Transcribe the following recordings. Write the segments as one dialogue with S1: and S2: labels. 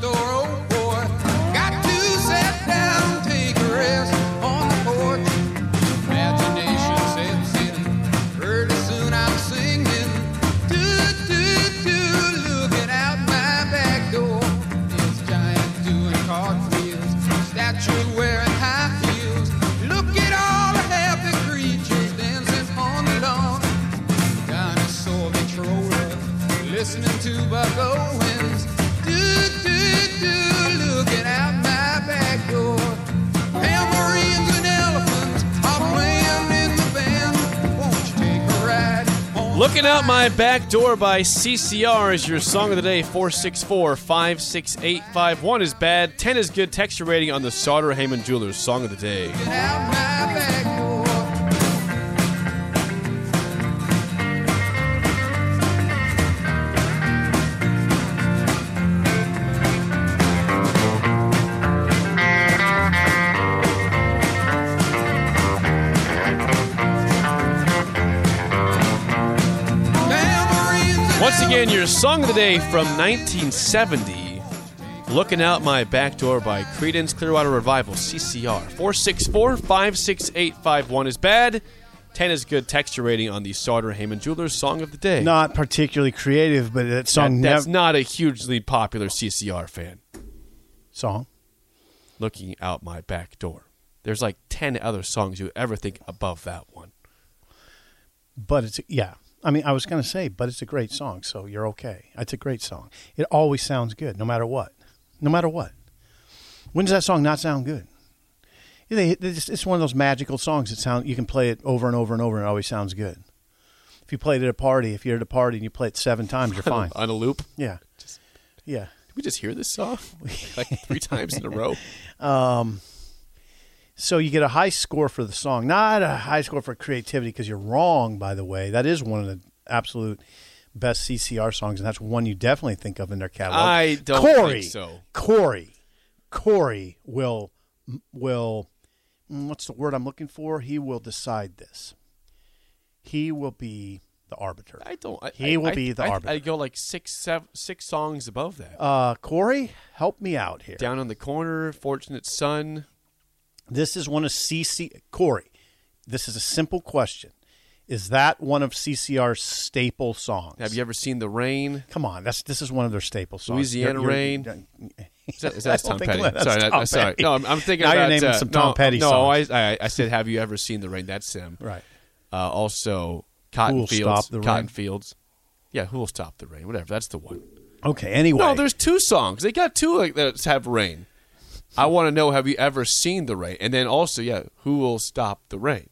S1: door, oh boy. Got to sit down, take a rest on the porch. Imagination sets in. Pretty soon I'm singing. Do, do, do, looking out my back door. This giant doing cartwheels. Statue wearing high heels. Look at all the happy creatures dancing on the lawn dinosaur controller, listening to Buck Owens. Do, do, do, looking out my back door. Tambourines and elephants are playing in the band. Won't you take a ride? on
S2: Looking Out
S1: my
S2: My Back Door by CCR is your song of the day. 464 56851 is bad. 10 is good. Texture rating on the Sauter Heyman Jewelers song of the day.
S1: out my back door. Tambourines and
S2: Once again, your song of the day from 1970. Looking Out My Back Door by Credence Clearwater Revival, CCR. 464 56851 is bad. 10 is good. Texture rating on the Sauter Heyman Jewelers song of the day.
S3: Not particularly creative, but that
S2: That-
S3: song
S2: that's
S3: nev-
S2: not a hugely popular CCR fan.
S3: song.
S2: looking out my back door. There's like 10 other songs you ever think above that one.
S3: But it's yeah. I mean, I was gonna say, but it's a great song, so you're okay. It's a great song. It always sounds good, no matter what. No matter what. When does that song not sound good? You know, they- It's it's one of those magical songs that sound. You can play it over and over and over, and it always sounds good. If you played it at a party, if you're at a party and you play it seven times, you're fine.
S2: On a loop.
S3: Yeah, yeah.
S2: Did we just hear this song like, like three times in a row?
S3: So you get a high score for the song, not a high score for creativity because you're wrong, by the way. That is one of the absolute best CCR songs, and that's one you definitely think of in their catalog.
S2: I don't think
S3: Corey,
S2: so.
S3: Corey, Corey will will mm, what's the word I'm looking for? He will decide this. He will be the arbiter.
S2: I don't. I,
S3: He
S2: I-
S3: will
S2: I-
S3: be the
S2: I,
S3: arbiter.
S2: I go like six, seven, six songs above that.
S3: uh, Corey, help me out here.
S2: Down on the corner, Fortunate Son.
S3: This is one of CC Corey. This is a simple question. Is that one of CCR's staple songs?
S2: Have you ever seen the rain?
S3: Come on, that's this is one of their staple songs.
S2: Louisiana
S3: Rain.
S2: Is that, is that
S3: I don't
S2: Tom
S3: think
S2: Petty?
S3: that's
S2: sorry, that-
S3: Tom
S2: that's- sorry.
S3: Petty.
S2: No, I'm, I'm thinking
S3: Now you're
S2: about
S3: naming
S2: uh,
S3: some
S2: no,
S3: Tom Petty
S2: No,
S3: songs.
S2: I, I, I said, have you ever seen the rain? That's him.
S3: Right.
S2: Uh, also, Cotton
S3: Who'll
S2: Fields.
S3: Stop the
S2: Cotton
S3: Rain?
S2: Fields. Yeah, who will stop the rain? Whatever. That's the one.
S3: Okay. Anyway,
S2: No, there's two songs. They got two like, that have rain. I want to know: Have you ever seen the rain? And then also, yeah, who will stop the rain?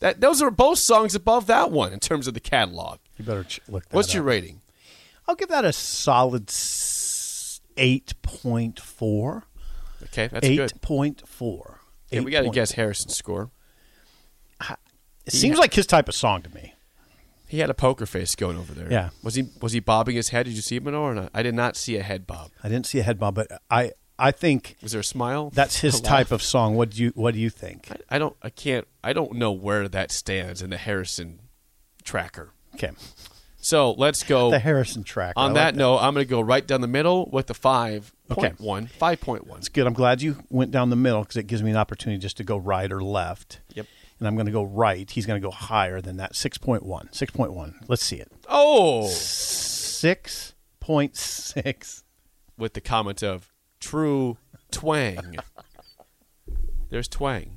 S2: That those are both songs above that one in terms of the catalog.
S3: you better ch- look. That
S2: What's
S3: up.
S2: your rating?
S3: I'll give that a solid eight point four.
S2: Okay, that's good.
S3: Eight point four.
S2: Okay, we got to guess Harrison's score.
S3: It seems like his type of song to me.
S2: He had a poker face going over there.
S3: Yeah.
S2: Was he was he bobbing his head? Did you see him at all or not? I did not see a head bob.
S3: I didn't see a head bob, but I I think
S2: Was there a smile?
S3: that's his type of song. What do you What do you think?
S2: I don't. I can't. I don't know where that stands in the Harrison tracker.
S3: Okay,
S2: So let's go.
S3: the Harrison track.
S2: Oh, On that, note, I'm going to go right down the middle with the five
S3: Okay.
S2: point one, five point one.
S3: It's good. I'm glad you went down the middle because it gives me an opportunity just to go right or left.
S2: Yep.
S3: And I'm going to go right. He's going to go higher than that. 6.1. 6.1. Let's see it.
S2: Oh,
S3: 6.6.
S2: with the comment of true twang. There's twang.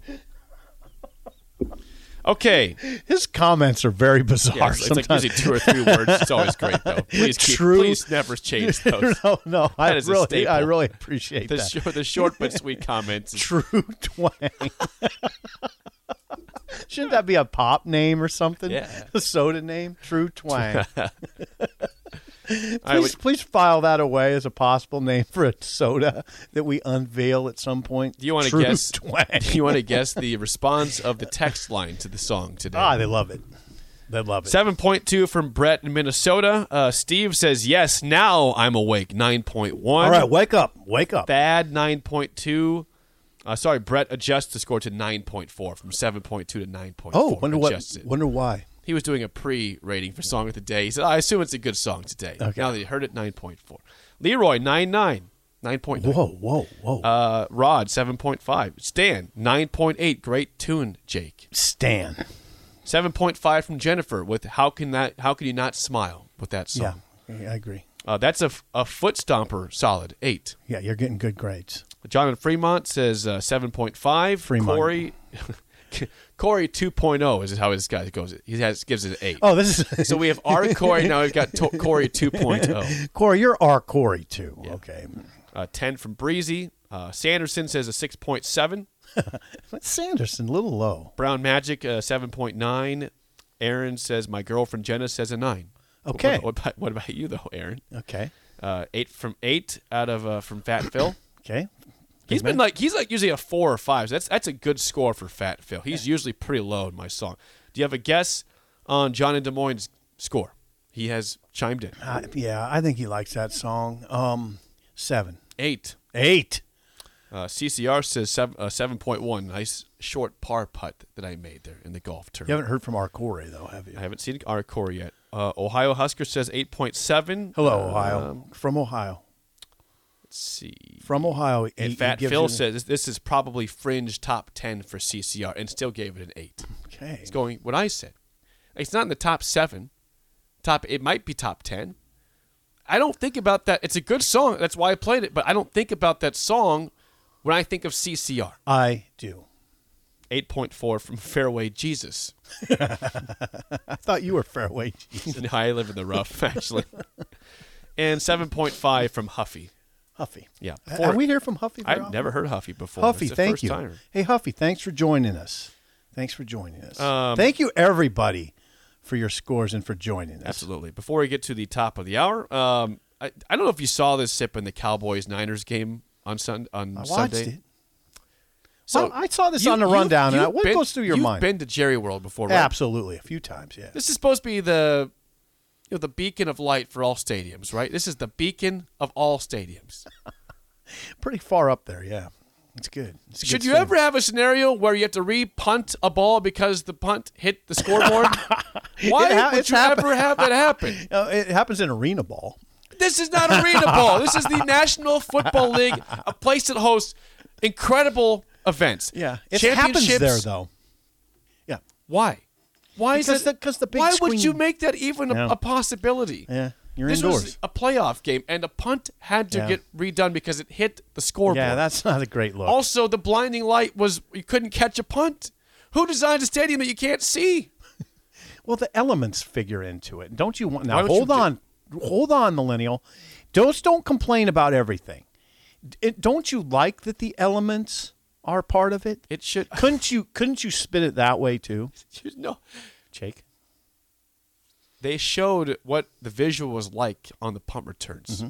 S2: Okay.
S3: His comments are very bizarre
S2: Yeah, it's, it's like
S3: sometimes.
S2: usually two or three words. It's always great though. Please keep,
S3: True-
S2: please never change those.
S3: no, no. I
S2: That is a
S3: really,
S2: staple.
S3: I really appreciate
S2: The,
S3: that.
S2: short, the short but sweet comments. is-
S3: True twang. Shouldn't that be a pop name or something?
S2: Yeah.
S3: A soda name? True twang.
S2: I
S3: Please,
S2: would-
S3: please file that away as a possible name for a soda that we unveil at some point.
S2: Do you want to
S3: True
S2: guess?
S3: Twang.
S2: Do you want to guess the response of the text line to the song today?
S3: ah, they love it. They love it.
S2: Seven point two from Brett in Minnesota. Uh, Steve says yes. Now I'm awake. Nine point one.
S3: All right, wake up, wake up.
S2: Thad nine point two. Uh, sorry, Brett adjusts the score to nine point four from seven point two to nine point four.
S3: oh, wonder what?
S2: Adjusts it.
S3: Wonder why?
S2: he was doing a pre-rating for song of the day. He said, "I assume it's a good song today."
S3: Okay.
S2: Now that he heard it, nine point four. Leroy nine nine. Nine point nine.
S3: Whoa, whoa, whoa.
S2: Uh, Rod seven point five. Stan nine point eight. Great tune, Jake.
S3: Stan.
S2: Seven point five from Jennifer with how can that? How can you not smile with that
S3: Yeah,
S2: song?
S3: I agree.
S2: Uh, that's a, f- a foot stomper. Solid eight.
S3: Yeah, you're getting good grades.
S2: John in Fremont says uh, seven point five.
S3: Fremont.
S2: Corey. Corey 2.0 is how this guy goes. He has gives it an eight.
S3: Oh, this is
S2: So we have our Corey now. We've got to- Corey 2.0.
S3: Corey. You're our Corey too. Okay,
S2: Uh, 10 from Breezy. Uh, Sanderson says a 6.7.
S3: but Sanderson, a little low.
S2: Brown Magic, uh, 7.9. Aaron says, my girlfriend Jenna says a 9.
S3: Okay.
S2: What, what about, what about you, though, Aaron?
S3: Okay,
S2: Uh, 8 from 8 out of uh, from Fat Phil.
S3: okay.
S2: He's been
S3: man.
S2: like he's like usually a four or five. So that's that's a good score for Fat Phil. He's usually pretty low in my song. Do you have a guess on John and Des Moines' score? He has chimed in
S3: I, yeah, I think he likes that song. Um, seven,
S2: eight.
S3: eight.
S2: Uh, CCR says seven, uh, seven point one. Nice short par putt that I made there in the golf
S3: You
S2: tournament.
S3: haven't heard from our Corey though, have you?
S2: I haven't seen our core yet. Uh, Ohio Husker says 8.7.
S3: Hello,
S2: Uh,
S3: Ohio. from Ohio.
S2: let's see.
S3: From Ohio. he-
S2: And
S3: he
S2: Fat
S3: gives
S2: Phil
S3: you-
S2: says this is probably fringe top 10 for CCR and still gave it an 8.
S3: Okay.
S2: It's going what I said. It's not in the top 7. Top it might be top 10. I don't think about that. It's a good song. That's why I played it, but I don't think about that song when I think of CCR.
S3: I do.
S2: 8.4 from Fairway Jesus.
S3: I thought you were fairway. Jesus.
S2: No, I live in the rough actually. and 7.5 from Huffy.
S3: Huffy.
S2: Yeah.
S3: Are we here from Huffy? very
S2: I've
S3: often?
S2: never heard Huffy before.
S3: Huffy,
S2: It's the
S3: thank
S2: first
S3: you.
S2: timer.
S3: Hey, Huffy, thanks for joining us. Thanks for joining us.
S2: Um,
S3: thank you, everybody, for your scores and for joining us.
S2: Absolutely. Before we get to the top of the hour, um, I, I don't know if you saw this sip in the Cowboys Niners game on Sun on
S3: I watched
S2: Sunday.
S3: it. Well, I saw this on the rundown, and I-
S2: you've
S3: what
S2: been-
S3: goes through your
S2: you've
S3: mind?
S2: Been to Jerry World before, right?
S3: Absolutely, a few times, yeah.
S2: This is supposed to be the you know the beacon of light for all stadiums, right? This is the beacon of all stadiums.
S3: Pretty far up there, yeah. It's good. It's a
S2: Should
S3: good
S2: you
S3: stand.
S2: ever have a scenario where you have to re-punt a ball because the punt hit the scoreboard? Why
S3: It ha-
S2: would
S3: it's
S2: you
S3: happened.
S2: ever have that happen?
S3: Uh, it happens in arena ball.
S2: This is not arena ball. This is the National Football League, a place that hosts incredible events.
S3: it happens
S2: Championships.
S3: there though. Yeah,
S2: Why? Why
S3: Because
S2: is that?
S3: the- 'cause the big
S2: why would
S3: screen-
S2: you make that even a,
S3: Yeah.
S2: a possibility?
S3: Yeah, you're
S2: this
S3: indoors.
S2: was a playoff game, and a punt had to
S3: Yeah.
S2: get redone because it hit the scoreboard.
S3: yeah. That's not a great look.
S2: also the blinding light was you couldn't catch a punt. Who designed a stadium that you can't see?
S3: Well, the elements figure into it. Don't you want now?
S2: don't you
S3: Hold
S2: ju-
S3: on, hold on, millennial. Just don't complain about everything. D- it- don't you like that the elements are part of it?
S2: It should.
S3: Couldn't you? Couldn't you spit it that way too,
S2: no.
S3: Jake?
S2: they showed what the visual was like on the punt returns.
S3: Mm-hmm.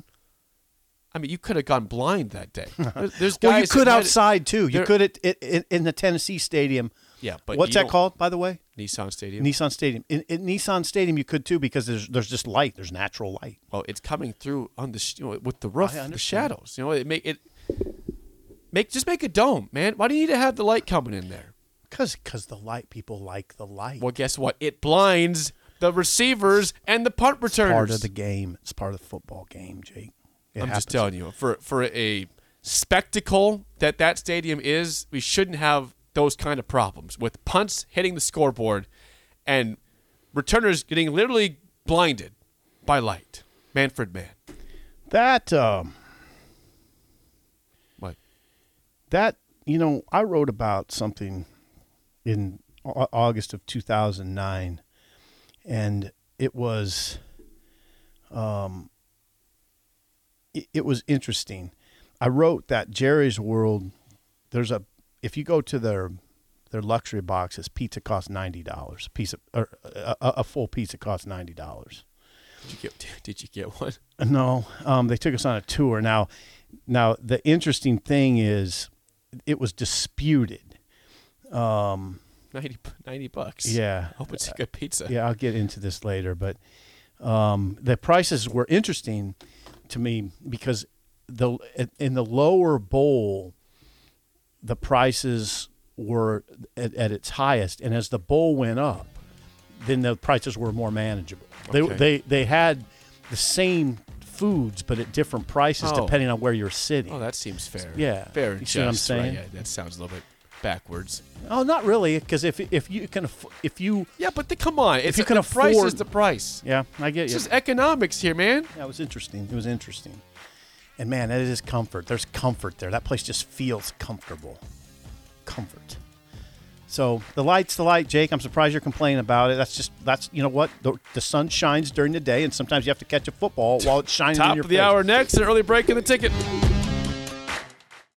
S2: I mean, you could have gone blind that day. There's, there's
S3: well, you
S2: guys that
S3: could
S2: had it-
S3: outside too. You
S2: there-
S3: could at, at, in, in the Tennessee Stadium.
S2: Yeah, but
S3: what's
S2: you
S3: that
S2: don't-
S3: called, by the way?
S2: Nissan Stadium.
S3: Nissan Stadium. In, in Nissan Stadium, you could too because there's there's just light. There's natural light.
S2: well, it's coming through on the sh- you know, with the roof,
S3: I
S2: the
S3: understand.
S2: shadows. You know, it make it make just make a dome, man. Why do you need to have the light coming in there?
S3: Because because the light people like the light.
S2: Well, guess what? It blinds the receivers and the punt returners.
S3: part of the game. It's part of the football game, Jake. It
S2: I'm
S3: happens.
S2: just telling you, for for a spectacle that that stadium is, we shouldn't have those kind of problems with punts hitting the scoreboard and returners getting literally blinded by light. Manfred Mann.
S3: That um,
S2: What?
S3: that you know, I wrote about something in Au- August of 2009, and it was, um, it, it was interesting. I wrote that Jerry's World. There's a if you go to their their luxury uh, boxes, pizza costs ninety dollars. Piece of or a, a a full pizza costs ninety dollars.
S2: Did you get, did you get one?
S3: No, um, they took us on a tour. Now, now the interesting thing is, it was disputed.
S2: 90, 90 bucks.
S3: Yeah,
S2: Hope it's a good pizza.
S3: yeah. I'll get into this later, but um, the prices were interesting to me because the in the lower bowl, the prices were at, at its highest, and as the bowl went up, then the prices were more manageable. They
S2: Okay.
S3: they they had the same foods but at different prices
S2: Oh.
S3: depending on where you're sitting.
S2: Oh, that seems fair.
S3: Yeah.
S2: Fair and
S3: You see what I'm
S2: just, right,
S3: saying?
S2: yeah, that sounds a little bit backwards.
S3: Oh, not really, because if if you can aff- if you
S2: Yeah, but the, come on. It's
S3: you can
S2: the price is
S3: afford-
S2: the price.
S3: yeah, I get
S2: This
S3: you.
S2: is economics here, man.
S3: That was interesting. It was interesting, and man, that is comfort. There's comfort there. That place just feels comfortable, comfort. So the light's the light, Jake. I'm surprised you're complaining about it. That's just that's you know what the, the sun shines during the day, and sometimes you have to catch a football while it's shining. in
S2: Top
S3: your
S2: of the
S3: face.
S2: hour next, an early break in the ticket.